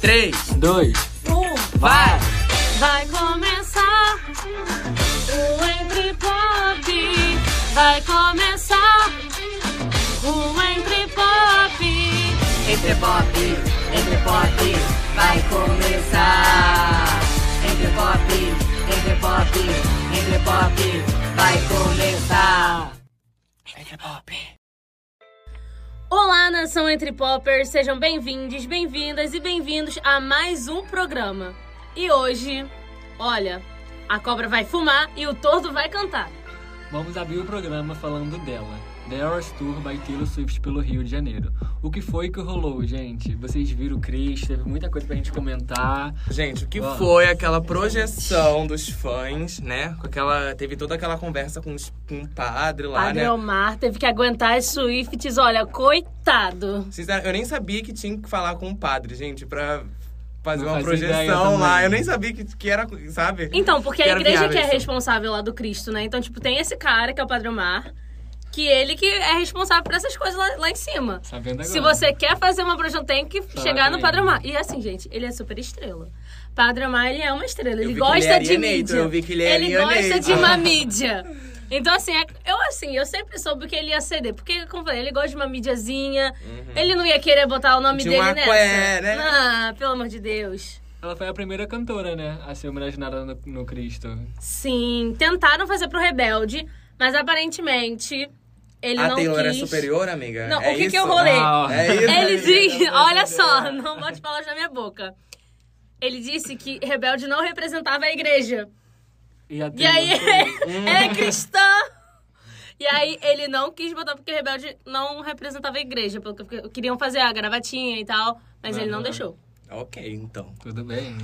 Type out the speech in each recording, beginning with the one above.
3, dois, Um, vai! vai começar o Entre Pop. Vai começar o Entre Pop. Entre pop, entre pop, vai começar. Entre pop, entre pop, entre pop, vai começar. Olá, nação Entre Poppers. Sejam bem-vindos, bem-vindas e bem-vindos a mais um programa. E hoje, olha, a cobra vai fumar e o tordo vai cantar. Vamos abrir o programa falando dela. The Eras Tour by Taylor Swift pelo Rio de Janeiro. O que foi que rolou, gente? Vocês viram o Chris, teve muita coisa pra gente comentar. Gente, o que Vamos. foi aquela projeção dos fãs, né? Com aquela. Teve toda aquela conversa com, os- com o padre lá, Padre é né? Omar teve que aguentar as Swifts, olha, coitado. Sincer- eu nem sabia que tinha que falar com o padre, gente, pra fazer Não uma fazia ideia projeção também. lá. Eu nem sabia que, que era, sabe? Então, porque a Quero igreja viável que é isso. responsável lá do Cristo, né? Então, tipo, tem esse cara, que é o Padre Omar, que ele que é responsável por essas coisas lá, lá em cima. Sabendo Tá agora. Se você quer fazer uma projeção, tem que Tá chegar no bem. Padre Omar. E assim, gente, ele é super estrela. Padre Omar, ele é uma estrela. vi Ele que gosta ele é de alienator, mídia. eu vi que ele é Ah, gosta alienator. de uma mídia. Então, assim, é- eu assim, eu sempre soube que ele ia ceder. Porque, como eu falei, ele gosta de uma mídiazinha. Ele não ia querer botar o nome Uhum. De dele uma nessa. qué, né? Ah, pelo amor de Deus. Ela foi a primeira cantora, né? A ser homenageada no, no Cristo. Sim, tentaram fazer pro Rebelde, mas aparentemente ele a não Taylor quis. é superior, amiga? Não, é o que que eu isso? rolei? Ah, ó. É isso. Ele amiga? disse, Pelo amor de olha Deus. só, não bote palavras na minha boca. Ele disse que Rebelde não representava a igreja. E, a E aí, Taylor foi- ela é cristã. E aí, ele não quis botar porque Rebelde não representava a igreja, porque queriam fazer a gravatinha e tal, mas ele não Aham. deixou. Ok, então. Tudo bem.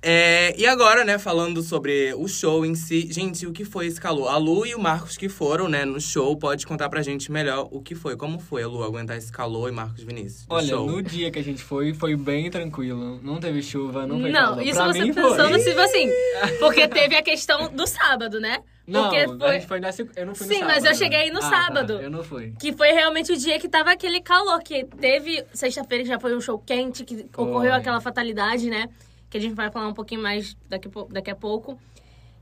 É, e agora, né, falando sobre o show em si. Gente, o que foi esse calor? A Lu e o Marcos que foram, né, no show, pode contar pra gente melhor o que foi. Como foi a Lu aguentar esse calor e Marcos Vinícius? no Olha, show? no dia que a gente foi, foi bem tranquilo. Não teve chuva, não foi Não, calor. isso pra você mim pensando foi. assim, assim, porque teve a questão do sábado, né? Não, porque a gente foi na seg- eu não fui no Sim, sábado. mas eu cheguei no Ah, tá, sábado. Eu não fui. Que foi realmente o dia que tava aquele calor, que teve sexta-feira que já foi um show quente, que Foi. ocorreu aquela fatalidade, né? Que a gente vai falar um pouquinho mais daqui, a pou- daqui a pouco.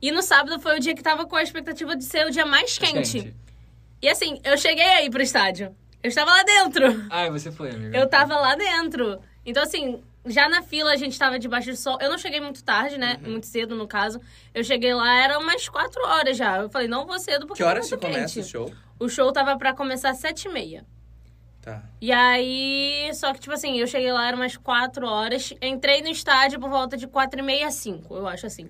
E no sábado foi o dia que tava com a expectativa de ser o dia mais Tá quente. E assim, eu cheguei aí pro estádio. Eu estava lá dentro. Ah, você foi, amiga. Eu tava lá dentro. Então, assim, já na fila a gente tava debaixo do sol. Eu não cheguei muito tarde, né? Uhum. Muito cedo, no caso. Eu cheguei lá, eram umas quatro horas já. Eu falei, não vou cedo porque Que horas que tá muito começa o quente. show? O show tava pra começar às sete e meia. Tá. E aí, só que, tipo assim, eu cheguei lá, eram umas 4 horas. Entrei no estádio por volta de 4 e meia, 5, eu acho assim.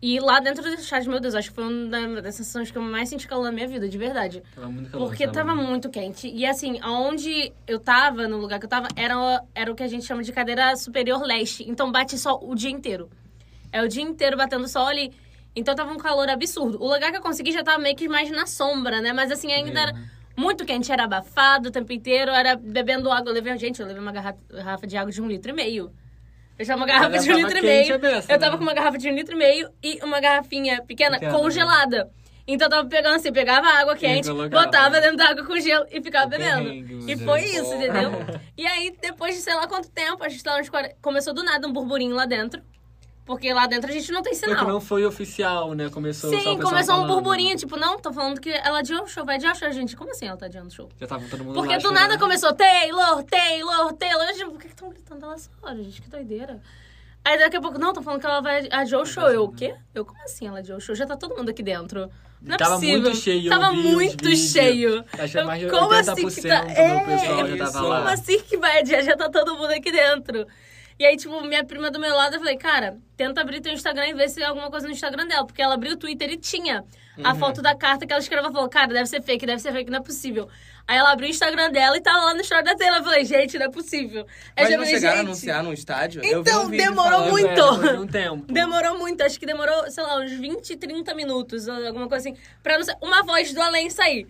E lá dentro do estádio, meu Deus, acho que foi uma da- das sensações que eu mais senti calor na minha vida, de verdade. Tava muito calor. Porque sábado. tava muito quente. E assim, aonde eu tava, no lugar que eu tava, era, o- era o que a gente chama de cadeira superior leste. Então bate sol o dia inteiro. É o dia inteiro batendo sol ali. Então tava um calor absurdo. O lugar que eu consegui já tava meio que mais na sombra, né? Mas assim, ainda Uhum. era muito quente, era abafado o tempo inteiro, era bebendo água. Eu levei, um, gente, eu levei uma garra- garrafa de água de um litro e meio. Eu tinha uma garrafa Mas de um ela litro e tava meio. quente, é dessa, eu tava né? com uma garrafa de um litro e meio e uma garrafinha pequena Pequena, né? congelada. Então eu tava pegando assim, pegava água quente, colocava. botava dentro da água com gelo e ficava O bebendo. perrengue, E meu foi Deus. isso, entendeu? E aí, depois de sei lá quanto tempo, a gente tava uns 40 começou do nada um burburinho lá dentro. Porque lá dentro a gente não tem Foi que sinal. não foi oficial, né? Começou só o Então. Sim, pessoal começou um falando. burburinho, tipo, não, tô falando que ela adiou o show, vai adiar o show, gente. Como assim ela tá adiando o show? Já tava todo mundo Porque lá do nada chorando. começou Taylor, Taylor, Taylor. Eu, tipo, por que estão gritando ela essa hora, gente? Que doideira. Aí daqui a pouco, não, estão falando que ela vai adiar o show. né? Eu, o quê? Eu, como assim ela adiou o show? Já tá todo mundo aqui dentro. Não é Tava possível. muito cheio, eu Tava vi os muito vídeos. cheio. Acho que é Eu, mais de como 80% assim que tá- do É, pessoal já tava isso. lá. como assim que vai adiar? Já tá todo mundo aqui dentro. E aí, tipo, minha prima do meu lado, eu falei, cara, tenta abrir teu Instagram e ver se tem alguma coisa no Instagram dela. Porque ela abriu o Twitter e tinha a Uhum. foto da carta que ela escreveu. Falou, cara, deve ser fake, deve ser fake, não é possível. Aí ela abriu o Instagram dela e tava lá no story da Taylor. Eu falei, gente, não é possível. Aí Mas já não falei, chegaram a gente, anunciar no estádio? Eu vi Então, um vídeo demorou falando. muito. É, depois de um tempo. Demorou muito, acho que demorou, sei lá, uns 20, 30 minutos, alguma coisa assim, pra não sa- uma voz do além sair.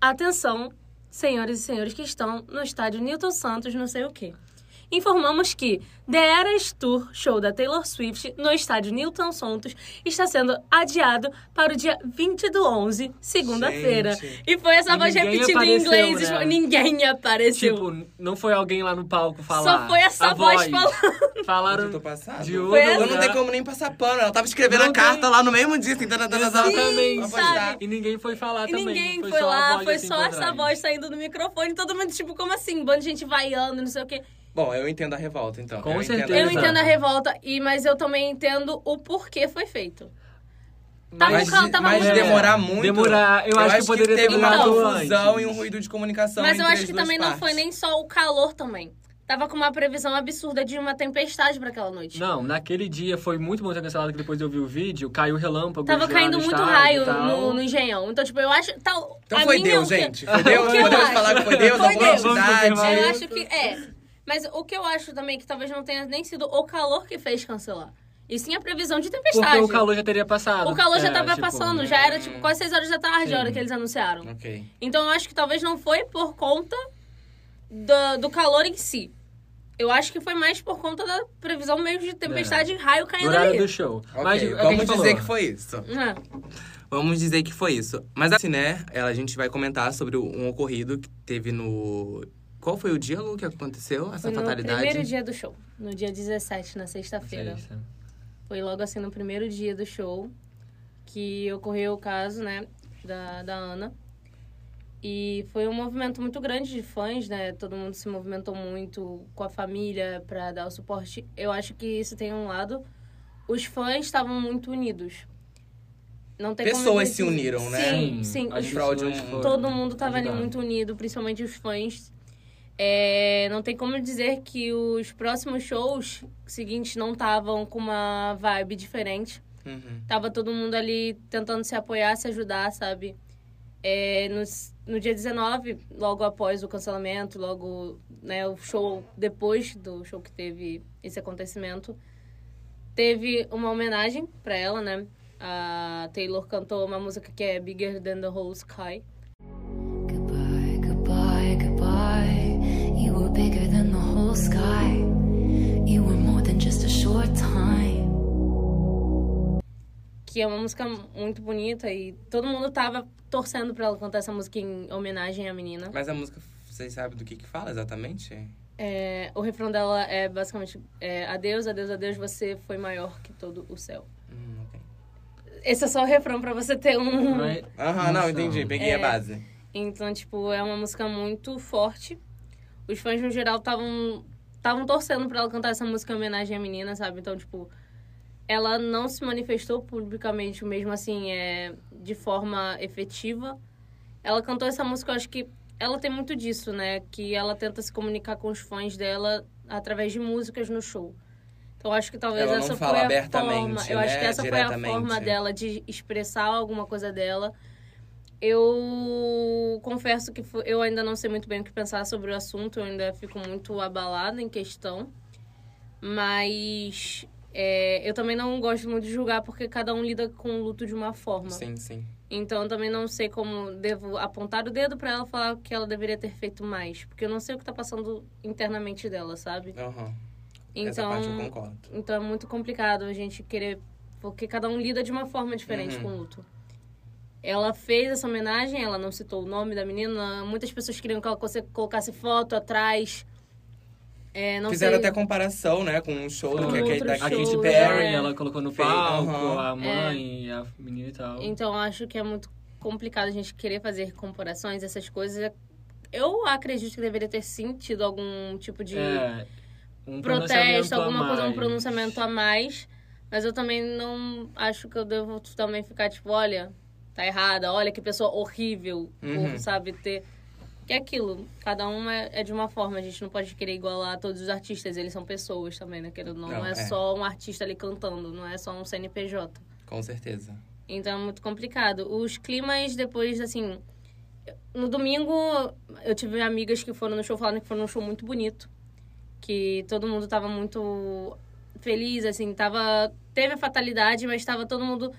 Atenção, senhoras e senhores que estão no estádio Newton Santos, não sei o quê. informamos que The Eras Tour, show da Taylor Swift, no estádio Newton Santos, está sendo adiado para o dia 20 do 11, segunda-feira. Gente. E foi essa E voz ninguém repetida em apareceu, inglês. né? Ninguém apareceu. Tipo, não foi alguém lá no palco falar. Só foi essa a voz falando. Falaram Eu tô passada. de outro Foi Ela lugar. não tem como nem passar pano. Ela tava escrevendo Não a carta tem. lá no mesmo dia, tentando tentando- Exatamente. tentando apostar. sabe? E ninguém foi falar E também. ninguém foi, só a lá, voz foi assim só por essa trás. voz saindo do microfone, todo mundo, tipo, como assim? Um bando de gente vaiando, não sei o quê. Bom, eu entendo a revolta, então. Com Eu entendo a certeza. Eu revolta. entendo a revolta, e, mas eu também entendo o porquê foi feito. Tava Mas, um caldo, de- tava mas um- demorar muito. Demorar, eu acho que poderia ter teve uma demorado confusão antes. e um ruído de comunicação. Mas eu entre acho as que duas também não partes. foi nem só o calor também. Tava com uma previsão absurda de uma tempestade pra aquela noite. Não, naquele dia foi muito bom ter cancelado, que depois eu vi o vídeo, caiu relâmpago. Tava caindo muito raio no, no engenhão. Então, tipo, eu acho. Tal, Então a foi minha Deus, opinião- gente. Foi Deus, O que eu podemos acho? falar que foi Deus, Foi alguma Deus. entidade. Vamos Eu acho que é. Mas o que eu acho também que talvez não tenha nem sido o calor que fez cancelar. E sim a previsão de tempestade. Porque o calor já teria passado. O calor já É, tava tipo, passando, já era tipo quase 6 horas da tarde Sim. a hora que eles anunciaram. Ok. Então eu acho que talvez não foi por conta do, do calor em si. Eu acho que foi mais por conta da previsão meio de tempestade e raio No caindo horário ali. do show. Ok, Mas é o que a vamos gente dizer falou. que foi isso. É. Vamos dizer que foi isso. Mas assim, né? ela- A gente vai comentar sobre o- um ocorrido que teve no. Qual foi o dia, Lu, que aconteceu essa Foi no fatalidade? primeiro dia do show. No dia 17, na sexta-feira. Sexta. Foi logo assim no primeiro dia do show que ocorreu o caso, né, da, da Ana. E foi um movimento muito grande de fãs, né? Todo mundo se movimentou muito com a família pra dar o suporte. Eu acho que isso tem um lado. Os fãs estavam muito unidos. Não tem como Pessoas se dizer- uniram, né? Sim, sim. as Os fraude pessoas não- foram Todo mundo tá tava ali ajudar. muito unido, principalmente os fãs. É, não tem como dizer que os próximos shows seguintes não estavam com uma vibe diferente. Uhum. Tava todo mundo ali tentando se apoiar, se ajudar, sabe? É, no, no dia 19, logo após o cancelamento, logo né, o show, depois do show que teve esse acontecimento, teve uma homenagem pra ela, né? A Taylor cantou uma música que é Bigger Than the Whole Sky. Goodbye, goodbye, goodbye. You were bigger than the whole sky. You were more than just a short time. que é uma música muito bonita e todo mundo tava torcendo pra ela cantar essa música em homenagem à menina. Mas a música, vocês sabem do que que fala exatamente? É, o refrão dela é basicamente é, Adeus, adeus, adeus, você foi maior que todo o céu. Hum, ok. Esse é só o refrão pra você ter um... Não é- Aham, não, entendi. É. Peguei a base. Então, tipo, é uma música muito forte. Os fãs, no geral, estavam estavam torcendo pra ela cantar essa música em homenagem à menina, sabe? Então, tipo, ela não se manifestou publicamente, mesmo assim, é, de forma efetiva. Ela cantou essa música, eu acho que ela tem muito disso, né? Que ela tenta se comunicar com os fãs dela através de músicas no show. Então, eu acho que talvez Ela não essa fala foi a abertamente, forma. Eu acho né? que essa foi a Diretamente. forma dela de expressar alguma coisa dela. Eu confesso que fo- eu ainda não sei muito bem o que pensar sobre o assunto, eu ainda fico muito abalada em questão. Mas é, eu também não gosto muito de julgar porque cada um lida com o luto de uma forma. Sim, sim. Então eu também não sei como devo apontar o dedo pra ela falar que ela deveria ter feito mais, porque eu não sei o que tá passando internamente dela, sabe? Aham. Essa Então, parte eu concordo. então é muito complicado a gente querer. Porque cada um lida de uma forma diferente Uhum. com o luto. Ela fez essa homenagem, ela não citou o nome da menina. Muitas pessoas queriam que ela cose- colocasse foto atrás. É, não Fizeram sei. até comparação, né, com um show do Com que é aquele outro da A show, Katy Katy né? Perry, Perry. ela colocou no Fez, palco, aham. a É. mãe, a menina e tal. Então acho que é muito complicado a gente querer fazer comparações, essas coisas. Eu acredito que deveria ter sim tido algum tipo de É, um pronunciamento protesto, a alguma coisa, um mais. pronunciamento a mais. Mas eu também não acho que eu devo também ficar tipo, olha, tá errada, olha que pessoa horrível, Uhum. ou, sabe, ter. Que é aquilo, cada um é, é de uma forma, a gente não pode querer igualar todos os artistas, eles são pessoas também, né? Querendo, ou não, Não, não é, é. só um artista ali cantando, não é só um CNPJ. Com certeza. Então é muito complicado. Os climas depois, assim. No domingo, eu tive amigas que foram no show falando que foi um show muito bonito. Que todo mundo tava muito feliz, assim. Tava, teve a fatalidade, mas tava todo mundo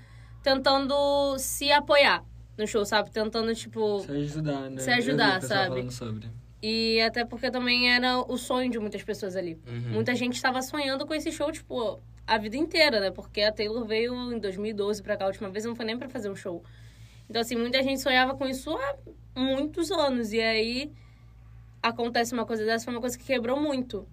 tentando se apoiar no show, sabe? Tentando, tipo. Se ajudar, né? Se Eu vi o ajudar, pessoal sabe? falando sobre. E até porque também era o sonho de muitas pessoas ali. Muita gente estava sonhando com esse show, tipo, a vida inteira, né? Porque a Taylor veio em 2012 pra cá, a última vez não foi nem pra fazer um show. Então, assim, muita gente sonhava com isso há muitos anos. E aí acontece uma coisa dessa, foi uma coisa que quebrou muito.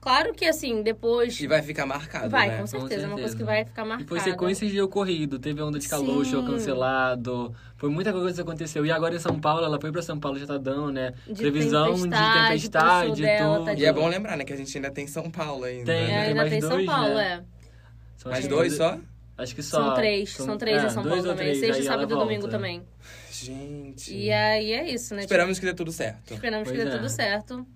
Claro que, assim, depois. E vai ficar marcado, Vai, né? com certeza. É uma coisa certeza. que vai ficar E marcada. foi sequências de ocorrido. Teve a onda de calor, Sim. show cancelado. Foi muita coisa que aconteceu. E agora em São Paulo, ela foi pra São Paulo já tá dando, né? De Previsão tempestade, de tempestade, pro de sul dela, tudo. tadinha. E é bom lembrar, né, que a gente ainda tem São Paulo ainda. Tem, né? É, né? ainda mais tem São dois, Paulo, né? é. São Mais acho que dois só? Acho que só. São três, são três é, em São dois Paulo ou também. três, Sexta, aí ela sábado e domingo volta. também. Gente. E aí é isso, né? Esperamos que dê tudo certo. Tipo, esperamos que Pois dê é. tudo certo.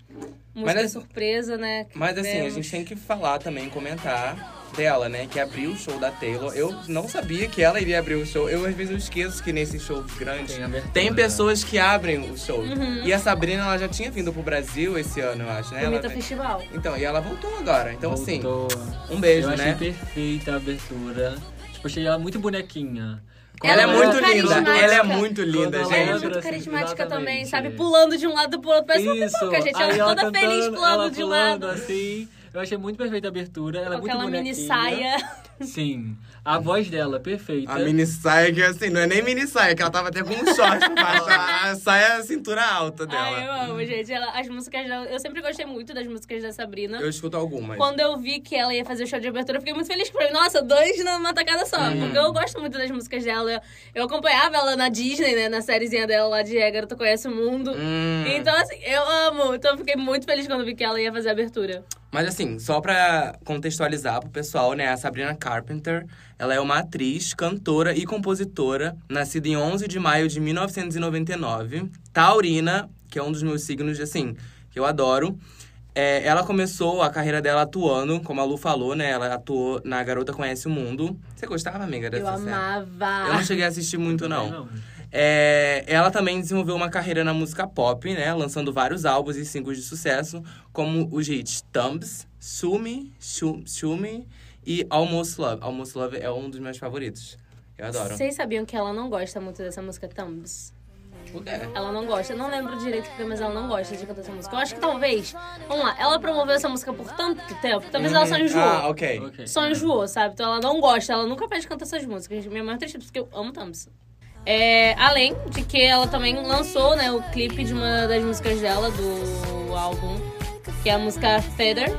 Mas Música é- surpresa, né? que Mas assim, a tivemos. gente tem que falar também, comentar dela, né? Que abriu o show da Taylor. Eu não sabia que ela iria abrir o show. Eu às vezes eu esqueço que nesses shows grandes Tem abertura. tem pessoas que abrem o show. Uhum. E a Sabrina, ela já tinha vindo pro Brasil esse ano, eu acho, né? Bonita Ela vem- Festival. Então, e ela voltou agora. Então, assim, Voltou. um beijo, Eu achei né? perfeita a abertura. Tipo, achei ela muito bonequinha. Quando Ela é Ela é muito muito linda. carismática. Ela é muito linda, Quando Ela é gente. entra, muito assim, carismática também, exatamente. sabe? Pulando de um lado pro outro. Parece uma pipoca, gente. Ela é é Aí toda cantando, feliz ela pulando de um lado. pulando, assim. Eu achei muito perfeita a abertura. Ela é com muito aquela mini bonequinha. saia. Sim. A voz dela, perfeita. A mini saia, que assim, não é nem mini saia, que ela tava até com um short pra baixo. A saia é a cintura alta dela. Ai, eu Uhum. amo, gente. Ela- as músicas dela. Eu sempre gostei muito das músicas da Sabrina. Eu escuto algumas. Quando eu vi que ela ia fazer o show de abertura, eu fiquei muito feliz. Falei, nossa, dois numa tacada só. Uhum. Porque eu gosto muito das músicas dela. Eu, eu acompanhava ela na Disney, né? Na sériezinha dela lá de É, Garota Conhece o Mundo. Hum. Então, assim, eu amo. Então, eu fiquei muito feliz quando vi que ela ia fazer a abertura. Mas assim, só pra contextualizar pro pessoal, né? A Sabrina Carpenter, ela é uma atriz, cantora e compositora, nascida em 11 de maio de 1999. Taurina, que é um dos meus signos, assim, que eu adoro. É, ela começou a carreira dela atuando, como a Lu falou, né? Ela atuou na Garota Conhece o Mundo. Você gostava, amiga, dessa eu série? amava. Eu não cheguei a assistir muito, não. É, ela também desenvolveu uma carreira na música pop, né? Lançando vários álbuns e singles de sucesso, como os hits Thumbs, Sumi, Shu- Shumi e Almost Love. Almost Love é um dos meus favoritos. Eu adoro. Vocês sabiam que ela não gosta muito dessa música Thumbs? O quê? Ela não gosta. Eu não lembro direito porque, mas ela não gosta de cantar essa música. Eu acho que talvez. Vamos lá, ela promoveu essa música por tanto tempo que talvez ela só enjoou. Ah, ok. Ok. Uhum. Só enjoou, sabe? Então ela não gosta, ela nunca mais canta essas músicas. Minha maior tristeza, porque eu amo Thumbs. É, além de que ela também lançou né, o clipe de uma das músicas dela, do álbum, que é a música Feather,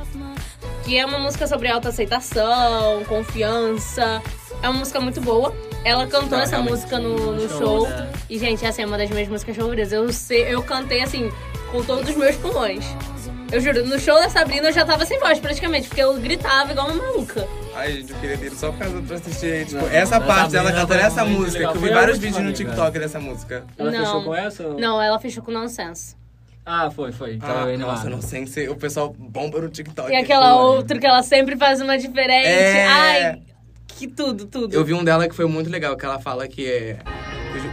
que é uma música sobre autoaceitação, confiança. É uma música muito boa. Ela cantou Ah, essa realmente, música no, no show, show. né? E, gente, essa é uma das minhas músicas favoritas. Eu, sei, eu cantei assim, com todos os meus pulmões. Eu juro, no show da Sabrina eu já tava sem voz praticamente, porque eu gritava igual uma maluca. Ai, gente, eu queria ter ido só por causa pra assistir. Tipo, Não, essa mas parte a dela Sabrina cantando tá essa muito música, legal. que eu vi Foi a vários última, vídeos no amiga. TikTok dessa música. Ela Não. fechou com essa? ou- Não, ela fechou com nonsense. Ah, foi, foi. Tava Ah, bem nossa, animada. não sei se o pessoal bomba no TikTok. E aquela outra que ela sempre faz uma diferente. É. Ai, que tudo, tudo. Eu vi um dela que foi muito legal, que ela fala que é.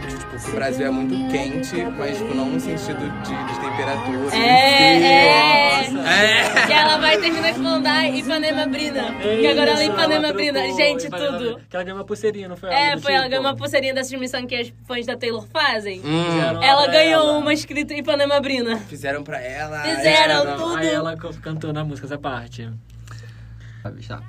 que, tipo, que o Brasil é muito quente, mas tipo, não no sentido de, de temperatura. É, de frio. é. É. Que ela vai terminar falando, ai, Ipanema Brina. E agora ela é Isso, Ipanema trocou, Brina. Gente, Ipanema tudo. Brina. Que ela ganhou uma pulseirinha, não foi? É, algo do foi ela tipo? ganhou uma pulseirinha dessa dimissão que as fãs da Taylor fazem. Hum, Fizeram Ela pra ganhou ela. uma escrita Ipanema Brina. fizeram pra ela. Fizeram ela- tudo. Aí ela co- cantou na música essa parte. Tá.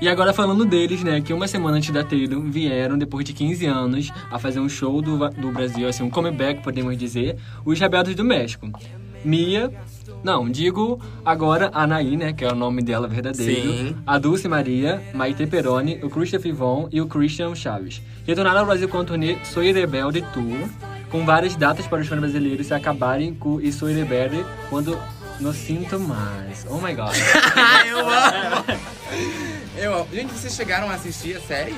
E agora falando deles, né, que uma semana antes da Taylor vieram, depois de 15 anos, a fazer um show do, va- do Brasil, assim, um comeback, podemos dizer, os Rebeldes do México. Mia, não, digo agora Anaí, né, que é o nome dela verdadeiro, Sim. a Dulce Maria, Maite Peroni, o Christopher Ivon e o Christian Chaves. Retornaram ao Brasil com a turnê Soy Rebelde Tour, com várias datas para os fãs brasileiros se acabarem com e Soy Rebelde quando não sinto mais. Oh my god. Ah, eu amo. Eu amo. Gente, vocês chegaram a assistir a série?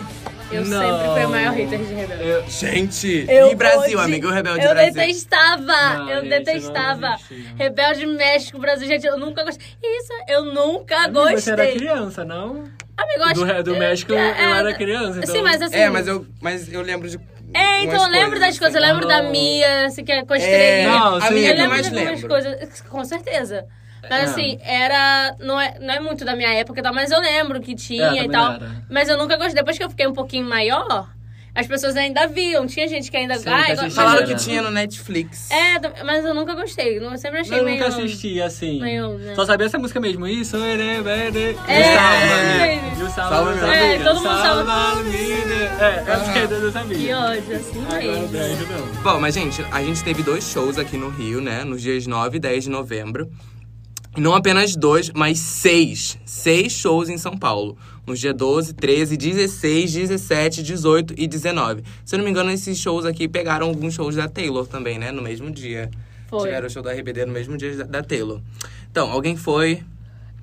Eu Não. sempre fui a maior hater de Rebelde. Eu- Gente! Eu e Brasil, odi- amigo Rebelde eu Brasil. Detestava, Não, eu gente, não detestava! existia. Rebelde México, Brasil, gente, eu nunca gostei. Isso, eu nunca Amigo, Você era gostei. criança, não? Amigo, eu acho- Do, re- do México eu É, era criança, então... Sim, mas assim. É, mas eu, mas eu lembro de. É, então eu umas lembro das coisas. Eu assim. lembro da Não. Mia, assim, que é com a É, estrelinha. Não, a sim. minha eu que eu lembro mais de algumas lembro. coisas, com certeza. Mas É. assim, era. Não é, não é muito da minha época, e tal, mas eu lembro que tinha É, e também tal. era. Mas eu nunca gostei. Depois que eu fiquei um pouquinho maior, As pessoas ainda viam, tinha gente que ainda. Sim, ah, que eu gosto- assistia, Falaram né? que tinha no Netflix. É, do- mas eu nunca gostei. Eu sempre achei Eu meio. nunca assisti, assim. meio, né? Só sabia essa música mesmo. Isso, né, ere, ere. É, é, E o Salva, salve, meu meu amigo. É, todo mundo salva. É, é porque eu não sabia. Que ódio, assim Agora então. o mesmo. Dredd não. Bom, mas gente, a gente teve dois shows aqui no Rio, né? Nos dias 9 e 10 de novembro. E não apenas dois, mas seis. Seis shows em São Paulo. Nos dias 12, 13, 16, 17, 18 e 19. Se eu não me engano, esses shows aqui pegaram alguns shows da Taylor também, né? No mesmo dia. Foi. Tiveram o show da RBD no mesmo dia da- da Taylor. Então, alguém foi.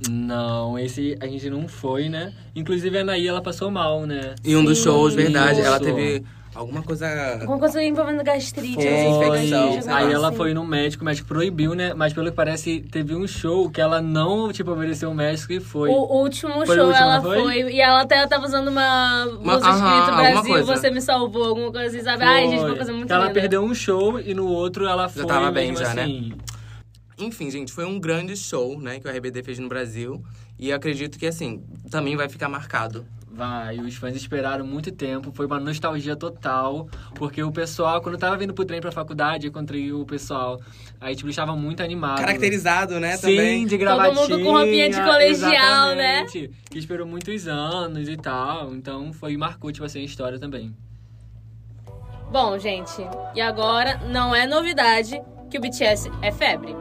Não, esse a gente não foi, né? Inclusive a Anaí, ela passou mal, né? Em um dos shows, verdade. Ela Isso. teve alguma coisa. Alguma coisa envolvendo gastrite, Foi. assim, infecção, alguma sei lá. Aí ela assim. foi no médico, o médico proibiu, né? Mas pelo que parece, teve um show que ela não, tipo, obedeceu o médico e foi. O último Foi o show último, ela não foi? foi? e ela até tava usando uma blusa aham, escrito alguma Brasil, coisa. você me salvou, alguma coisa assim, sabe? Ai, gente, uma Foi. coisa muito Ela linda. perdeu um show e no outro ela foi tava bem mesmo já, né? assim. Enfim, gente, foi um grande show, né? Que o RBD fez no Brasil. E eu acredito que, assim, também vai ficar marcado. Vai, os fãs esperaram muito tempo, foi uma nostalgia total, porque o pessoal, quando eu tava vindo pro trem pra faculdade, eu encontrei o pessoal, aí, tipo, estava muito animado. Caracterizado, né? Sim, também. de gravatinha. mundo com roupinha de colegial, né? exatamente, Que esperou muitos anos e tal, então foi, marcou, tipo assim, a história também. Bom, gente, e agora não é novidade que o BTS é febre.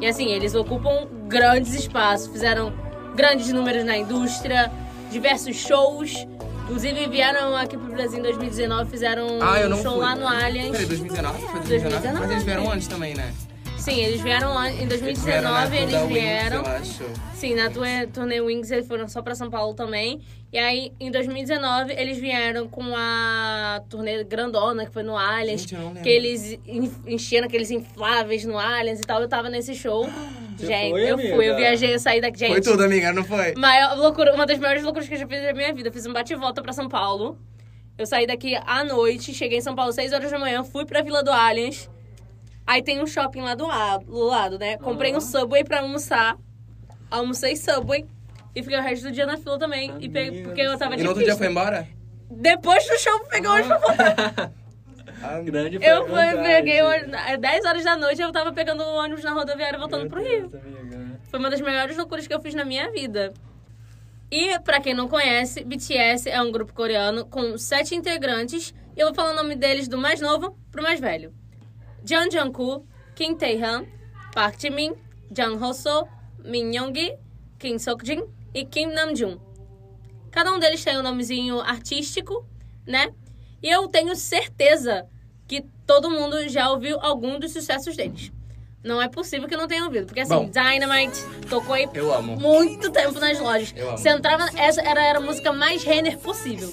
E assim, eles ocupam grandes espaços, fizeram grandes números na indústria, diversos shows. Inclusive vieram aqui pro Brasil em 2019, fizeram Ah, eu um não show fui. lá no Allianz. Peraí, 2019? Foi 2019? 2019. Mas eles vieram antes também, né? Sim, eles vieram lá em 2019, na eles Tour da vieram. Wings, eu acho. Sim, na turnê, turnê Wings eles foram só pra São Paulo também. E aí, em 2019, eles vieram com a turnê grandona, que foi no Allianz. Gente, eu não lembro. que eles en- encheram aqueles infláveis no Allianz e tal. Eu tava nesse show. Você gente, foi, eu fui. amiga? Eu viajei, eu saí daqui. Gente, Foi tudo, amiga, não foi? Maior loucura, uma das maiores loucuras que eu já fiz na minha vida. Eu fiz um bate-volta pra São Paulo. Eu saí daqui à noite, cheguei em São Paulo 6 horas da manhã, fui pra Vila do Allianz. Aí tem um shopping lá do, la- do lado, né? Comprei um Subway pra almoçar. Almocei Subway. E fiquei o resto do dia na fila também. e pe- Amiga porque eu tava E de no outro dia pista. foi Ah. embora? Depois do show, peguei hoje pra voltar. Grande É Eu fui, foi, peguei o- 10 horas da noite, eu tava pegando o ônibus na rodoviária voltando pro Rio. Foi uma das melhores loucuras que eu fiz na minha vida. E, pra quem não conhece, BTS é um grupo coreano com sete integrantes. E eu vou falar o nome deles do mais novo pro mais velho. Jang Jungkook, Kim Taehyung, Park Jimin, Jang Ho-seo, Min Young-gi, Kim Seokjin e Kim Namjoon. Cada um deles tem um nomezinho artístico, né? E eu tenho certeza que todo mundo já ouviu algum dos sucessos deles. Não é possível que não tenha ouvido, porque assim, Bom. Dynamite tocou aí Eu amo. muito tempo nas lojas. Eu amo. Você entrava, essa era, era a música mais Renner possível.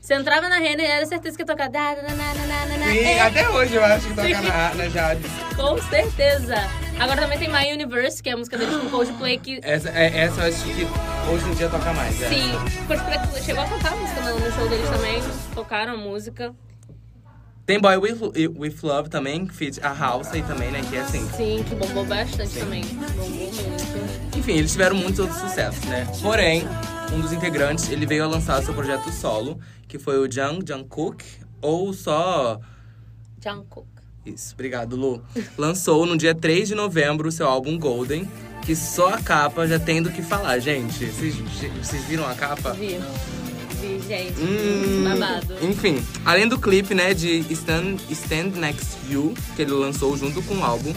Você entrava na Renner e era certeza que ia tocar. da, da, na, na, na, na, na, Sim, é, até hoje eu acho que Sim. toca na, na Jade. Com certeza. Agora também tem My Universe, que é a música deles com Coldplay, que Essa, é- essa eu acho que hoje em dia toca mais, é. Sim, Coldplay chegou a tocar a música no no show deles também. Tocaram a música. Tem Boy With, With Love também, que feat a House aí também, né? Que é assim. Sim, que bombou bastante também. Bombou muito. Enfim, eles tiveram muitos outros sucessos, né? Porém, um dos integrantes, ele veio a lançar seu projeto solo, que foi o Jang Jungkook, ou só... Jungkook. Isso, obrigado, Lu. Lançou no dia 3 de novembro o seu álbum Golden, que só a capa já tem do que falar, gente. Vocês- Vocês viram a capa? Vi. Vi, gente. Hum, Babado. Enfim, além do clipe, né, de Stand, Stand Next You, que ele lançou junto com o álbum,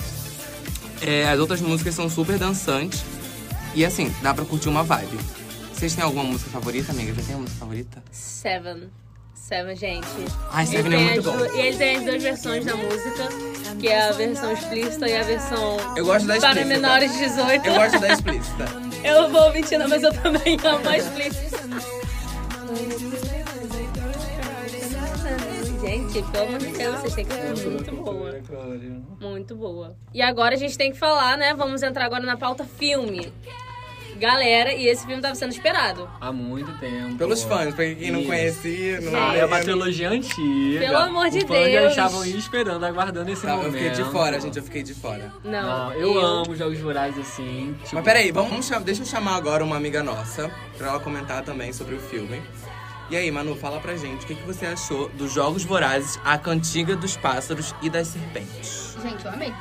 é, as outras músicas são super dançantes. E assim, dá pra curtir uma vibe. Vocês têm alguma música favorita, amiga? Já tem uma música favorita? Seven. Seven, gente. Ai, Ele Seven é tem muito as bom. du- E ele tem as duas versões da música, que é a versão explícita e a versão Eu gosto da para explícita. menores de 18. Eu gosto da explícita. Eu vou mentir, não, mas eu também amo a explícita. Gente, pelo amor de Deus, vocês têm que ser muito boa. Muito boa. E agora a gente tem que falar, né? Vamos entrar agora na pauta filme. Galera, e esse filme tava sendo esperado. Há muito tempo. Pelos fãs, pra quem não Isso. conhecia, não Ah, é uma lembra. trilogia antiga. Pelo amor de Os fãs já Deus. estavam aí esperando, aguardando esse Tá, momento. eu fiquei de fora, gente, eu fiquei de fora. Não, Não, eu, amo jogos vorazes assim. tipo- Mas peraí, vamos, vamos chamar- deixa eu chamar agora uma amiga nossa pra ela comentar também sobre o filme. E aí, Manu, fala pra gente o que, que você achou dos Jogos Vorazes, a cantiga dos pássaros e das serpentes. Gente, eu amei.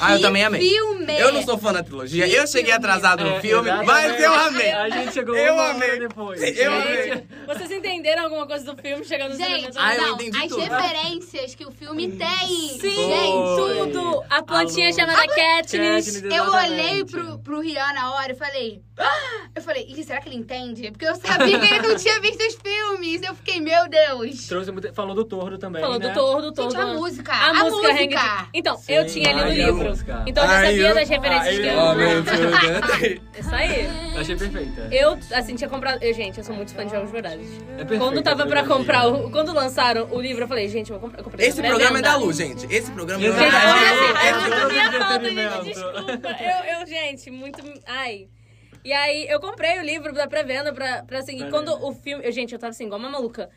Ah, eu Que também amei. filme! Eu não sou fã da trilogia, Que eu cheguei filme! atrasado no É, um filme, exatamente. mas eu amei. A gente chegou Eu uma amei. hora depois. Eu amei. Vocês entenderam alguma coisa do filme chegando no Gente, Ah, eu não, entendi as tudo. referências que o filme tem. Sim, Gente, Foi. tudo! A plantinha Alô. chamada Katniss. Katniss, eu olhei exatamente. pro, pro Rian na hora e falei... "Ah!" Eu falei, Ih, será que ele entende? Porque eu sabia que ele não tinha visto os filmes. Eu fiquei, meu Deus. Trouxe muito... Falou do Tordo também, Falou né? do tordo, todo. Gente, a música. A, música, Hang- música. Então, Sim. eu tinha ali no Ai, eu livro. amo esse cara. Então eu já Ai, sabia eu- das referências Ai, que eu eu. amo. Amei, tudo. Isso aí. Achei perfeita. Eu, assim, tinha comprado. Eu, gente, eu sou muito fã de Jogos Vorazes. É perfeita Quando tava a pra trilogia. comprar o. Quando lançaram o livro, eu falei, gente, eu vou comprar. Eu comprei Esse na programa é da pré-venda. Lu, gente. Esse programa é da Gente, Lu. Gente, olha assim, É é muito todo minha falta, entretenimento. gente, desculpa. Eu, eu, gente, muito. Ai. E aí, eu comprei o livro da pré-venda pra, pra assim. E quando o filme. Eu, gente, eu tava assim, igual uma maluca.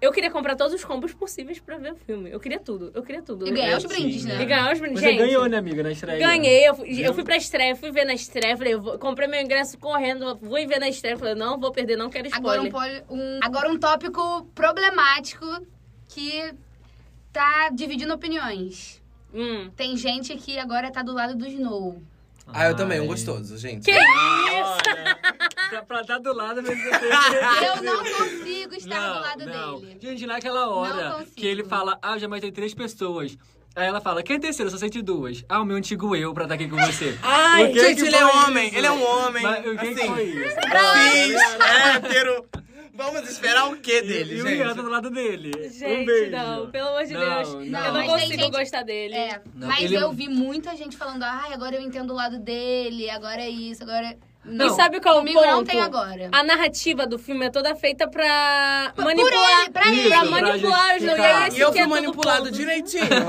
Eu queria comprar todos os combos possíveis pra ver o filme. Eu queria tudo. Eu queria tudo. E ganhar os Eu- brindes, né? E ganhar os brindes. Você gente, ganhou, né, amiga, na estreia? Ganhei, eu fui, eu fui pra estreia, fui ver na estreia, falei, eu vou- comprei meu ingresso correndo, fui ver na estreia, falei, não vou perder, não quero Agora um, spoiler. poli- um- agora um tópico problemático que tá dividindo opiniões. Hum. Tem gente que agora tá do lado do Snow. Ah, eu também, um Ai. gostoso, gente. Que isso? Olha, pra, pra estar do lado, mas Eu não consigo estar do lado não. dele. Gente, naquela Não hora consigo. que ele fala, ah, eu já matei três pessoas. Aí ela fala, quem é terceiro? Eu só senti duas. Ah, o meu antigo eu pra estar aqui com você. Ai, O que gente, que ele é foi isso? homem, ele é um homem. Mas o que, que Assim. foi isso? Cis, hétero. Vamos esperar o quê dele, e o Ian tá do gente? lado dele. um Gente, beijo. não, pelo amor de Deus. Não, Eu não Mas tem consigo gente- gostar dele. É, Não, mas ele é eu um- vi muita gente falando, ai, agora eu entendo o lado dele, agora é isso, agora é... Não, E sabe qual é o comigo ponto? não tem agora. A narrativa do filme é toda feita pra Por manipular. ele, pra ele. Pra Isso, manipular pra os dois. gente E aí, ficar- esse E eu que é fui todo manipulado ponto. direito. direitinho.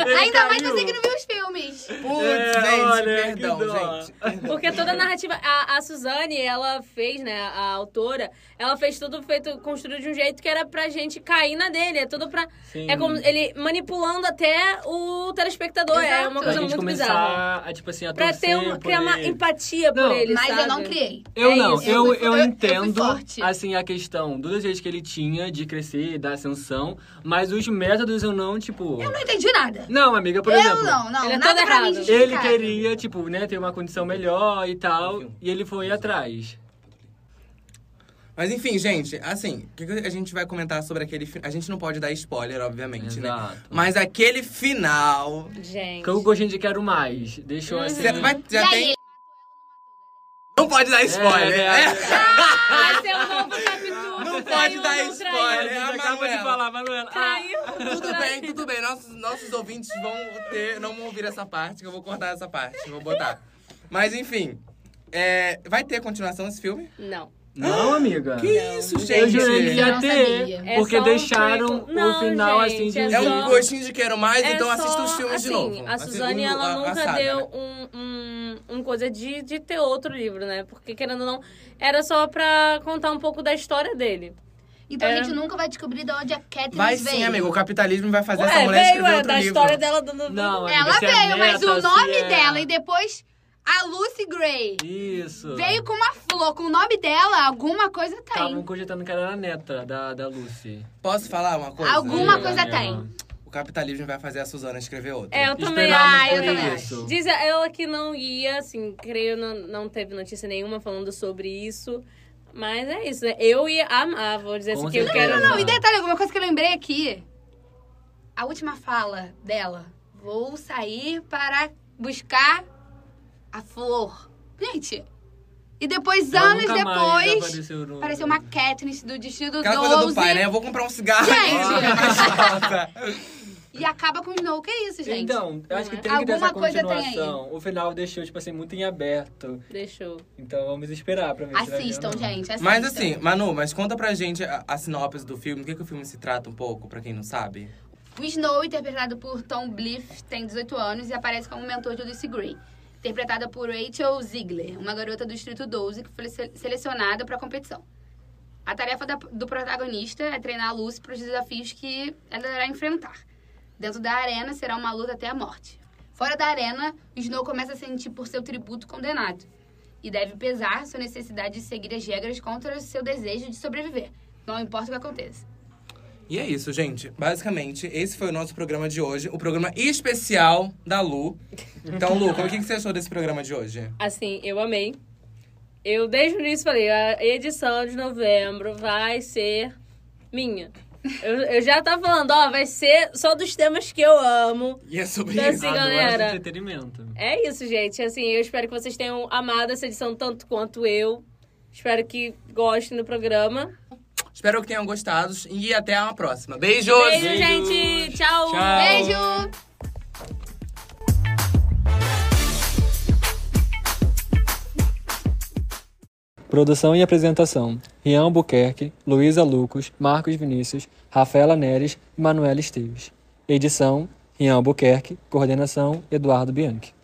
Ele Ainda mais caiu. você que não viu os filmes. Putz, É, gente, olha, que perdão, dó. gente. Porque toda a narrativa. A, a Suzane, ela fez, né? A autora, ela fez tudo feito, construído de um jeito que era pra gente cair na dele. É tudo pra. Sim. É como ele manipulando até o telespectador. É Exato. uma Pra coisa gente muito começar bizarra. a, tipo assim, a Pra torcer ter uma, por criar uma ele. empatia por Não. ele, Mas sabe? eu não criei. Eu É não, isso. eu, Eu eu, fui- eu- eu fui entendo, forte. assim, a questão do desejo que ele tinha de crescer, da ascensão, mas os métodos eu não, tipo... Eu não entendi nada. Não, amiga, por eu exemplo... não, não. Ele é nada todo pra mim errado. Ele justificável. queria, tipo, né, ter uma condição melhor e tal, e ele foi atrás. Mas enfim, gente, assim, o que que a gente vai comentar sobre aquele final? A gente não pode dar spoiler, obviamente, né? Exato. Mas aquele final. Gente. Que o gostinho de quero mais. Deixou assim... Uhum. Você vai- E já aí, tem. Não pode dar spoiler. É, é, É. Vai ser um novo capítulo. Não Traiu, pode dar não traiu. spoiler. Vocês a acabam de Manuela. falar, Manuela. Ah, Traiu. Tudo traiu. bem, tudo bem. Nossos, nossos ouvintes vão ter, não vão ouvir essa parte, que eu vou cortar essa parte, vou botar. Mas enfim, é, vai ter continuação esse filme? É um Não. Ah, não, amiga. Que isso, gente? Eu jurei que Eu ia não ter, sabia. É porque só um deixaram prequel. Não, o final assim gente, de... é É só- um gostinho de quero mais, É então assista os só, filmes de assim, novo. A Assim, Suzane, o- ela a- a nunca saga, deu né? um, um, um coisa de, de ter outro livro, né? Porque, querendo ou não, era só pra contar um pouco da história dele. Então É. a gente nunca vai descobrir de onde a Catherine Vai veio. sim, amigo. O capitalismo vai fazer essa Ué, mulher veio escrever é, outro da livro. história dela do... do- Não, amiga, Ela se é veio, mas neta, o se nome é- dela e depois a Lucy Gray. Isso. Veio com uma flor, com o nome dela, alguma coisa Estavam tem. cogitando que ela era a neta da, da Lucy. Posso falar uma coisa? Alguma É, coisa ela- tem. O capitalismo vai fazer a Suzana escrever outra. É, eu também Esperamos Ah, eu por também isso. Diz a ela que não ia, assim, creio, não, não teve notícia nenhuma falando sobre isso. Mas é isso, né? Eu ia amar, vou dizer Com assim, que eu certeza. quero... Não, e detalhe, alguma coisa que eu lembrei aqui. A última fala dela. Vou sair para buscar a flor. Gente, e depois, Ela anos nunca mais depois, apareceu no- apareceu uma Katniss do Destino Aquela 12. coisa do pai, né? Eu vou comprar um cigarro. Gente! e acaba com o Snow. Que isso, gente? Então, eu acho que Não é? tem que ter essa Alguma coisa tem aí. continuação. O final deixou, tipo assim, muito em aberto. Deixou. Então vamos esperar pra ver se vai vir ou Assistam, não. gente. Assistam. Mas assim, Manu, mas conta pra gente a, a sinopse do filme. Do que, que o filme se trata um pouco, pra quem não sabe? O Snow, interpretado por Tom Bliff, tem 18 anos e aparece como mentor de Lucy Gray. Interpretada por Rachel Ziegler, uma garota do Distrito 12 que foi se- selecionada para a competição. A tarefa da- do protagonista é treinar a Lucy para os desafios que ela irá enfrentar. Dentro da arena será uma luta até a morte. Fora da arena, Snow começa a sentir por seu tributo condenado e deve pesar sua necessidade de seguir as regras contra o seu desejo de sobreviver. Não importa o que aconteça. E é isso, gente. Basicamente, esse foi o nosso programa de hoje. O programa especial da Lu. Então, Lu, como- o que que você achou desse programa de hoje? Assim, eu amei. Eu desde o início falei, a edição de novembro vai ser minha. Eu, eu já tava falando, ó, vai ser só dos temas que eu amo. E é sobre Então, isso. assim, Adoro galera. entretenimento. É isso, gente. Assim, eu espero que vocês tenham amado essa edição tanto quanto eu. Espero que gostem do programa. Espero que tenham gostado e até a próxima. Beijos! Beijo, Beijos. gente. Tchau. Beijo! Produção e apresentação: Rian Buquerque, Luísa Lucas, Marcos Vinícius, Rafaela Neres e Manuela Esteves. Edição: Rian Buquerque. Coordenação: Eduardo Bianchi.